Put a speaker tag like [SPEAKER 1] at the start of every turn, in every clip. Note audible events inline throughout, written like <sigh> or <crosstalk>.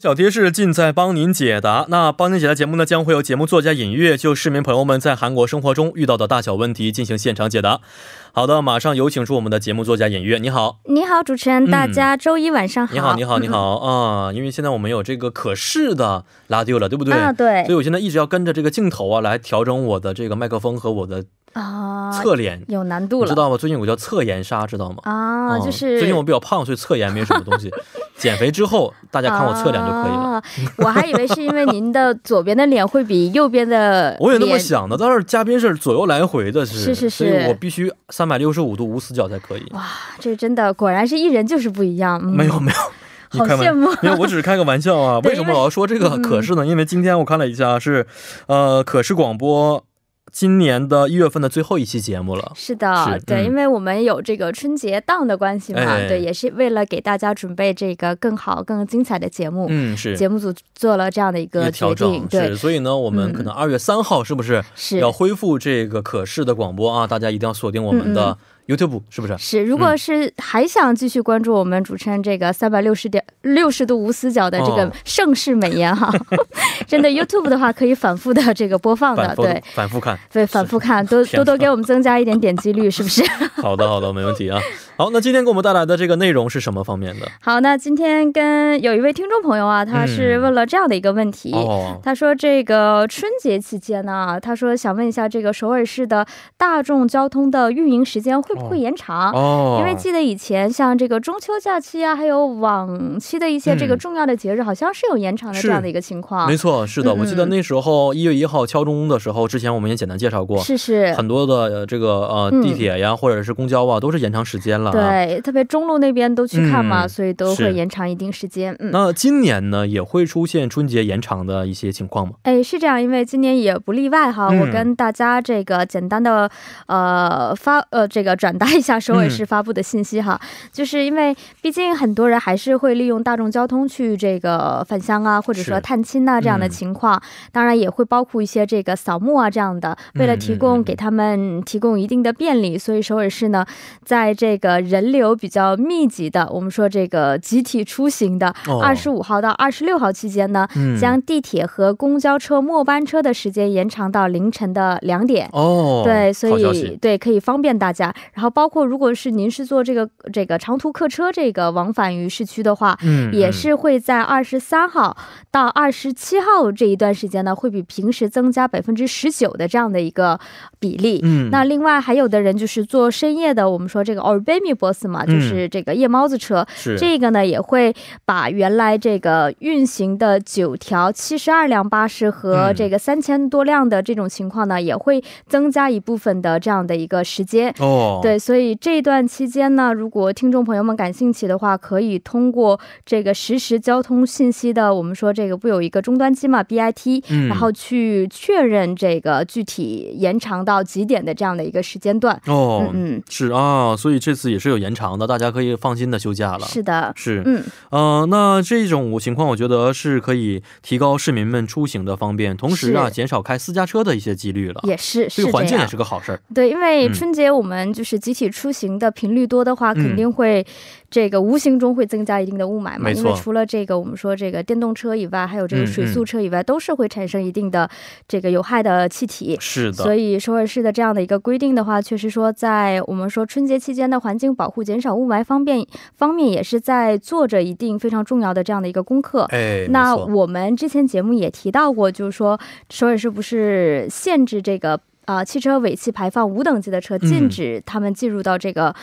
[SPEAKER 1] 小贴士尽在帮您解答。那帮您解答节目呢，将会有节目作家尹月就市民朋友们在韩国生活中遇到的大小问题进行现场解答。好的，马上有请出我们的节目作家尹月，你好，
[SPEAKER 2] 你好，主持人，大家周一晚上好。
[SPEAKER 1] 嗯你好，你好，你
[SPEAKER 2] <laughs>
[SPEAKER 1] 好啊！因为现在我们有这个可视的拉丢了，对不对？
[SPEAKER 2] 啊对
[SPEAKER 1] 所以我现在一直要跟着这个镜头啊来调整我的这个麦克风和我的
[SPEAKER 2] 啊，
[SPEAKER 1] 侧脸，
[SPEAKER 2] 有难度
[SPEAKER 1] 你知
[SPEAKER 2] 了
[SPEAKER 1] 道吗？最近有个叫侧颜杀，知道吗？
[SPEAKER 2] 啊，
[SPEAKER 1] 嗯
[SPEAKER 2] 就是
[SPEAKER 1] 最近我比较胖，所以侧颜没什么东
[SPEAKER 2] <laughs>
[SPEAKER 1] 西。减肥之后，大家看我侧脸就可以了。
[SPEAKER 2] 啊、我还以为是因为您的左边的脸会比右边的
[SPEAKER 1] <laughs> 我也那么
[SPEAKER 2] 脸
[SPEAKER 1] 想的，但是嘉宾是左右来回的是，
[SPEAKER 2] 是是是嗯
[SPEAKER 1] 所以我必须三百六十五度无死角才可以。
[SPEAKER 2] 这真的果然是艺人就是不一样，嗯、
[SPEAKER 1] 没有
[SPEAKER 2] <laughs>
[SPEAKER 1] 没有，你
[SPEAKER 2] 好
[SPEAKER 1] 开玩
[SPEAKER 2] 羡慕
[SPEAKER 1] 没有，我只是开个玩笑啊。
[SPEAKER 2] <laughs> 对
[SPEAKER 1] 为什么
[SPEAKER 2] 因为嗯
[SPEAKER 1] 我要说这个可视呢？因为今天我看了一下是，呃，可视广播今年的一月份的最后一期节目了。
[SPEAKER 2] 是的，
[SPEAKER 1] 是
[SPEAKER 2] 对、
[SPEAKER 1] 嗯
[SPEAKER 2] 因为我们有这个春节档的关系嘛、
[SPEAKER 1] 哎
[SPEAKER 2] 对，也是为了给大家准备这个更好、更精彩的节目，
[SPEAKER 1] 嗯，是。
[SPEAKER 2] 节目组做了这样的一
[SPEAKER 1] 一
[SPEAKER 2] 个
[SPEAKER 1] 个调
[SPEAKER 2] 决定
[SPEAKER 1] 整，
[SPEAKER 2] 对
[SPEAKER 1] 是，，所以呢，我们
[SPEAKER 2] 嗯
[SPEAKER 1] 可能二月三号是不是
[SPEAKER 2] 是
[SPEAKER 1] 要恢复这个可视的广播啊？大家一定要锁定我们的 YouTube，是不是？
[SPEAKER 2] 嗯是，如果是还想继续关注我们主持人这个三百六十点六十度无死角的这
[SPEAKER 1] 哦
[SPEAKER 2] 个盛世美颜哈， <laughs> 真的 YouTube 的话可以反复的这个播放的
[SPEAKER 1] 反，复
[SPEAKER 2] 对
[SPEAKER 1] 反复看，
[SPEAKER 2] 对，反复看，多
[SPEAKER 1] 天哪
[SPEAKER 2] 多多给我们增加一点点击率，是不是？ <laughs>
[SPEAKER 1] 好的，好的，没问题啊。好，那今天给我们带来的这个内容是什么方面的？
[SPEAKER 2] 好，那今天跟有一位听众朋友啊，他是问了这样的一个问题。
[SPEAKER 1] 嗯哦，
[SPEAKER 2] 他说：“这个春节期间呢，他说想问一下，这个首尔市的大众交通的运营时间会不会延长？
[SPEAKER 1] 哦，
[SPEAKER 2] 因为记得以前像这个中秋假期啊，还有往期的一些这个
[SPEAKER 1] 嗯
[SPEAKER 2] 重要的节日，好像是有延长的
[SPEAKER 1] 是
[SPEAKER 2] 这样的一个情况
[SPEAKER 1] 没。错，是的，
[SPEAKER 2] 嗯嗯
[SPEAKER 1] 我记得那时候一月一号敲钟的时候，之前我们也简单介绍过，
[SPEAKER 2] 是是，
[SPEAKER 1] 很多的呃这个呃
[SPEAKER 2] 嗯
[SPEAKER 1] 地铁呀、或者是公交啊，都是延长时间了、啊。。
[SPEAKER 2] 对，特别中路那边都去看嘛，
[SPEAKER 1] 嗯
[SPEAKER 2] 所以都
[SPEAKER 1] 是
[SPEAKER 2] 会延长一定时间。嗯，
[SPEAKER 1] 那今年呢，也会出现春节延长的一些情况吗？
[SPEAKER 2] 哎，是这样，因为今年也不例外哈。
[SPEAKER 1] 嗯
[SPEAKER 2] 我跟大家这个简单的呃发呃这个转达一下首尔
[SPEAKER 1] 嗯
[SPEAKER 2] 市发布的信息哈、就是因为毕竟很多人还是会利用大众交通去这个返乡啊，或者说
[SPEAKER 1] 是嗯
[SPEAKER 2] 探亲呐、这样的情况、当然也会包括一些这个扫墓啊这样的，为了提
[SPEAKER 1] 嗯嗯
[SPEAKER 2] 供
[SPEAKER 1] 嗯
[SPEAKER 2] 给他们提供一定的便利，所以首尔市呢，在这个人流比较密集的，我们说这个集体出行的
[SPEAKER 1] 哦
[SPEAKER 2] 二十五号到二十六号期间呢，
[SPEAKER 1] 嗯，
[SPEAKER 2] 将地铁和公交车末班车的时间延长到凌晨的两点。
[SPEAKER 1] 哦，
[SPEAKER 2] 对，所
[SPEAKER 1] 好消息
[SPEAKER 2] 以对可以方便大家。然后包括如果是您是坐这个这个长途客车这个往返于市区的话，
[SPEAKER 1] 嗯
[SPEAKER 2] 也是会在二十三号到二十七号这一段时间呢，会比平时增加百分之十九的这样的一个比例。
[SPEAKER 1] 嗯，
[SPEAKER 2] 那另外还有的人就是坐深夜的，我们说这个 o r b a m i bus
[SPEAKER 1] 嗯
[SPEAKER 2] 嘛，就是这个夜猫子车，
[SPEAKER 1] 是
[SPEAKER 2] 这个呢也会把原来这个运行的九条七十二辆巴士和
[SPEAKER 1] 嗯
[SPEAKER 2] 这个三千多辆的这种情况呢，也会增加一部分的这样的一个时间。
[SPEAKER 1] 哦，
[SPEAKER 2] 对，所以这段期间呢，如果听众朋友们感兴趣的话，可以通过这个实时交通信息的，我们说这个不有一个终端机嘛，BIT，、
[SPEAKER 1] 嗯
[SPEAKER 2] 然后去确认这个具体延长到几点的这样的一个时间段。
[SPEAKER 1] 哦，
[SPEAKER 2] 嗯嗯，
[SPEAKER 1] 是啊，所以这次也是有延长的，大家可以放心的休假了。
[SPEAKER 2] 是的，
[SPEAKER 1] 是，
[SPEAKER 2] 嗯，
[SPEAKER 1] 呃，那这种情况，我觉得是可以提高市民们出行的方便，同时啊，
[SPEAKER 2] 是
[SPEAKER 1] 减少开私家车的一些几率了，
[SPEAKER 2] 也是是
[SPEAKER 1] 对
[SPEAKER 2] 这
[SPEAKER 1] 环境
[SPEAKER 2] 样
[SPEAKER 1] 也。是个好事儿。
[SPEAKER 2] 对，因为
[SPEAKER 1] 嗯
[SPEAKER 2] 春节我们就是集体出行的频率多的话，
[SPEAKER 1] 嗯
[SPEAKER 2] 肯定会这个无形中会增加一定的雾霾嘛。
[SPEAKER 1] 没
[SPEAKER 2] 因
[SPEAKER 1] 错
[SPEAKER 2] 为除了这个我们说这个电动车以外，还有这
[SPEAKER 1] 嗯
[SPEAKER 2] 个水速车以外，都是会产生一定的这个有害的气体。
[SPEAKER 1] 是
[SPEAKER 2] 所
[SPEAKER 1] 的，
[SPEAKER 2] 以首尔市的这样的一个规定的话，确实说在我们说春节期间的环境保护、减少雾霾方面方面，也是在做着一定非常重要的这样的一个功课。
[SPEAKER 1] 哎，
[SPEAKER 2] 那
[SPEAKER 1] 没错
[SPEAKER 2] 我们之前节目也提到过，就是说首尔市不是限制这个啊、呃汽车尾气排放五等级的车，禁止他们进入到这个、这
[SPEAKER 1] 嗯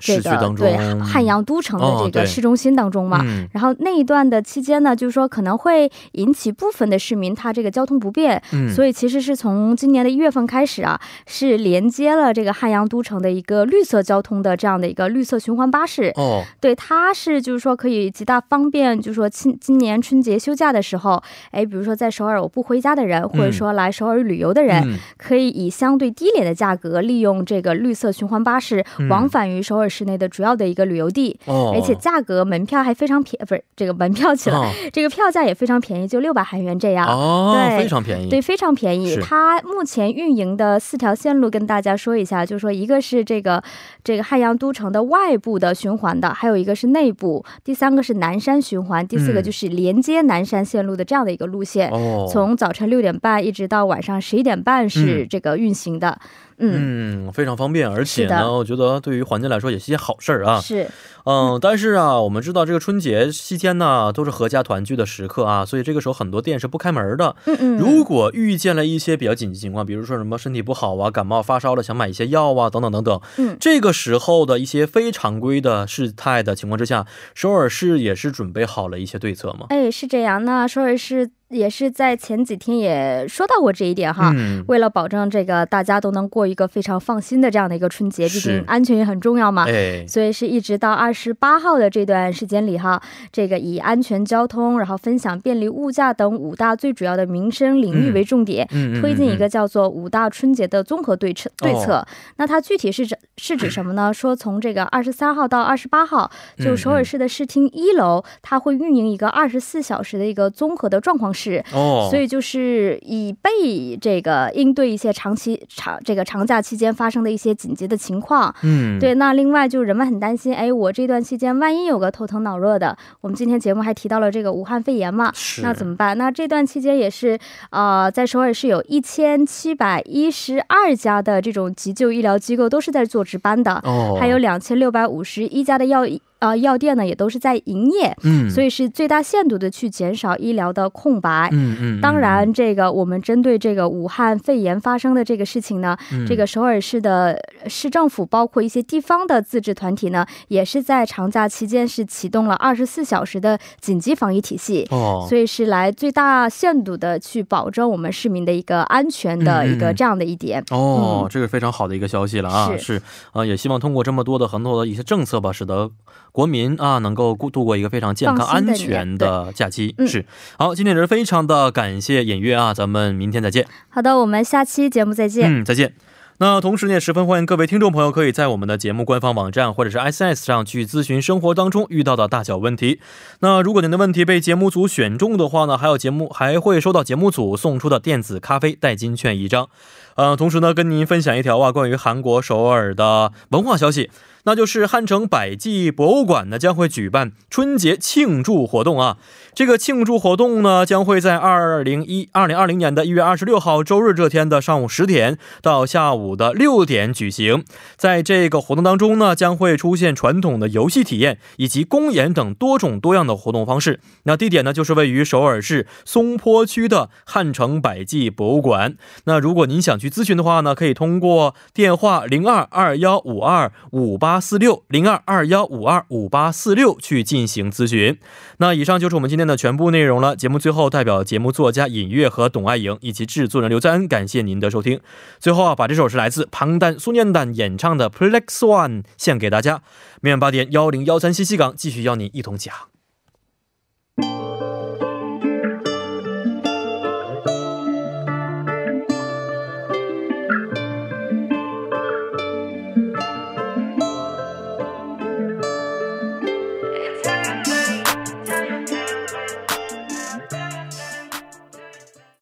[SPEAKER 1] 市
[SPEAKER 2] 个
[SPEAKER 1] 区当中，
[SPEAKER 2] 对汉汉阳都城的
[SPEAKER 1] 哦
[SPEAKER 2] 这
[SPEAKER 1] 对
[SPEAKER 2] 个市中心当中嘛。
[SPEAKER 1] 嗯，
[SPEAKER 2] 然后那一段的期间呢，就是说可能会引起部分的市民他这个交通不便，
[SPEAKER 1] 嗯
[SPEAKER 2] 所以其实是从今年的一月份开始啊，是连接了这个汉阳都城的一个绿色交通的这样的一个绿色循环巴士，
[SPEAKER 1] 哦，
[SPEAKER 2] 对，它是就是说可以极大方便，就是说今今年春节休假的时候，哎，比如说在首尔我不回家的人，或者说来首尔旅游的人，
[SPEAKER 1] 嗯
[SPEAKER 2] 可以以相对低廉的价格，利用这个绿色循环巴士
[SPEAKER 1] 嗯
[SPEAKER 2] 往返于首尔尔市内的主要的一个旅游地，
[SPEAKER 1] 哦，
[SPEAKER 2] 而且价格门票还非常便，不是这个门票去了、
[SPEAKER 1] 哦
[SPEAKER 2] 这个票价也非常便宜，就六百韩元这样。
[SPEAKER 1] 哦，
[SPEAKER 2] 对
[SPEAKER 1] 非常便宜，
[SPEAKER 2] 对，非常便宜
[SPEAKER 1] 是。
[SPEAKER 2] 它目前运营的四条线路跟大家说一下，就是说一个是这个这个汉阳都城的外部的循环的，还有一个是内部，第三个是南山循环，第四个
[SPEAKER 1] 嗯
[SPEAKER 2] 就是连接南山线路的这样的一个路线，
[SPEAKER 1] 哦，
[SPEAKER 2] 从早晨六点半一直到晚上十一点半是
[SPEAKER 1] 嗯
[SPEAKER 2] 这个运行的。嗯，
[SPEAKER 1] 嗯，非常方便，而且
[SPEAKER 2] 是的
[SPEAKER 1] 呢，我觉得对于环境来说也是件好事儿啊。
[SPEAKER 2] 是
[SPEAKER 1] 嗯，但是啊，我们知道这个春节期间呢，都是合家团聚的时刻啊，所以这个时候很多店是不开门的。
[SPEAKER 2] 嗯嗯，
[SPEAKER 1] 如果遇见了一些比较紧急情况，比如说什么身体不好啊、感冒发烧了，想买一些药啊，等等等等，
[SPEAKER 2] 嗯
[SPEAKER 1] 这个时候的一些非常规的事态的情况之下，首尔市也是准备好了一些对策吗？
[SPEAKER 2] 哎，是这样。那首尔市也是在前几天也说到过这一点哈。
[SPEAKER 1] 嗯，
[SPEAKER 2] 为了保证这个大家都能过一个非常放心的这样的一个春节，毕
[SPEAKER 1] 是
[SPEAKER 2] 竟安全也很重要嘛。
[SPEAKER 1] 哎，
[SPEAKER 2] 所以是一直到二十八号的这段时间里哈，这个以安全交通，然后分享便利物价等五大最主要的民生领域为重点。
[SPEAKER 1] 嗯，嗯哦
[SPEAKER 2] 推进一，个
[SPEAKER 1] 嗯
[SPEAKER 2] 叫做“五大春节”的综合对策对策，那它具体
[SPEAKER 1] <clears throat>
[SPEAKER 2] 是指是指什么呢？说从这个二十三号到二十八号，
[SPEAKER 1] 嗯
[SPEAKER 2] 就首尔市的市厅一楼，它会运营一个二十四小时的一个综合的状况室，
[SPEAKER 1] 嗯哦，
[SPEAKER 2] 所以就是以备这个应对一些长期长这个长假期间发生的一些紧急的情况。
[SPEAKER 1] 嗯，
[SPEAKER 2] 对，那另外就是人们很担心，哎，我这段期间万一有个头疼脑热的，我们今天节目还提到了这个武汉肺炎嘛，
[SPEAKER 1] 是，
[SPEAKER 2] 那怎么办？那这段期间也是，呃，在首尔是有一千七百一十二家的这种急救医疗机构都是在做值班的，
[SPEAKER 1] 哦，
[SPEAKER 2] 还有两千六百五十一家的药呃药店呢也都是在营业，
[SPEAKER 1] 嗯，
[SPEAKER 2] 所
[SPEAKER 1] 以，
[SPEAKER 2] 以是最大限度的去减少医疗的空白。
[SPEAKER 1] 嗯嗯，
[SPEAKER 2] 当然，这个我们针对这个武汉肺炎发生的这个事情呢，
[SPEAKER 1] 嗯
[SPEAKER 2] 这个首尔市的市政府，包括一些地方的自治团体呢，也是在长假期间是启动了二十四小时的紧急防疫体系。
[SPEAKER 1] 哦，
[SPEAKER 2] 所以是来最大限度的去保证我们市民的一个安全的一
[SPEAKER 1] 嗯嗯
[SPEAKER 2] 个
[SPEAKER 1] 嗯
[SPEAKER 2] 这样的一点。
[SPEAKER 1] 哦，
[SPEAKER 2] 嗯
[SPEAKER 1] 这个非常好的一个消息了啊，
[SPEAKER 2] 是
[SPEAKER 1] 是啊、也希望通过这么多的很多的一些政策吧，使得国民啊能够过度过一个非常健康、
[SPEAKER 2] 放心
[SPEAKER 1] 安
[SPEAKER 2] 地
[SPEAKER 1] 全的假期。
[SPEAKER 2] 嗯
[SPEAKER 1] 是，好，今天也是非常的感谢尹月啊，咱们明天再见。
[SPEAKER 2] 好的，我们下期节目再见。
[SPEAKER 1] 嗯，再见。那同时呢，也十分欢迎各位听众朋友可以在我们的节目官方网站或者是 S S 上去咨询生活当中遇到的大小问题。那如果您的问题被节目组选中的话呢，还有节目还会收到节目组送出的电子咖啡代金券一张。呃，同时呢，跟您分享一条啊关于韩国首尔的文化消息，那就是汉城百济博物馆呢将会举办春节庆祝活动啊。这个庆祝活动呢，将会在二零一二零二零年的一月二十六号周日这天的上午十点到下午的六点举行。在这个活动当中呢，将会出现传统的游戏体验以及公演等多种多样的活动方式。那地点呢，就是位于首尔市松坡区的汉城百济博物馆。那如果您想去咨询的话呢，可以通过电话零二二幺五二五八四六零二二幺五二五八四六去进行咨询。那以上就是我们今天的全部内容了。节目最后，代表节目作家尹月和董爱颖以及制作人刘在恩，感谢您的收听。最后啊，把这首是来自庞丹苏念丹演唱的《Plex One》献给大家。明晚八点幺零幺三信息港继续邀您一同讲。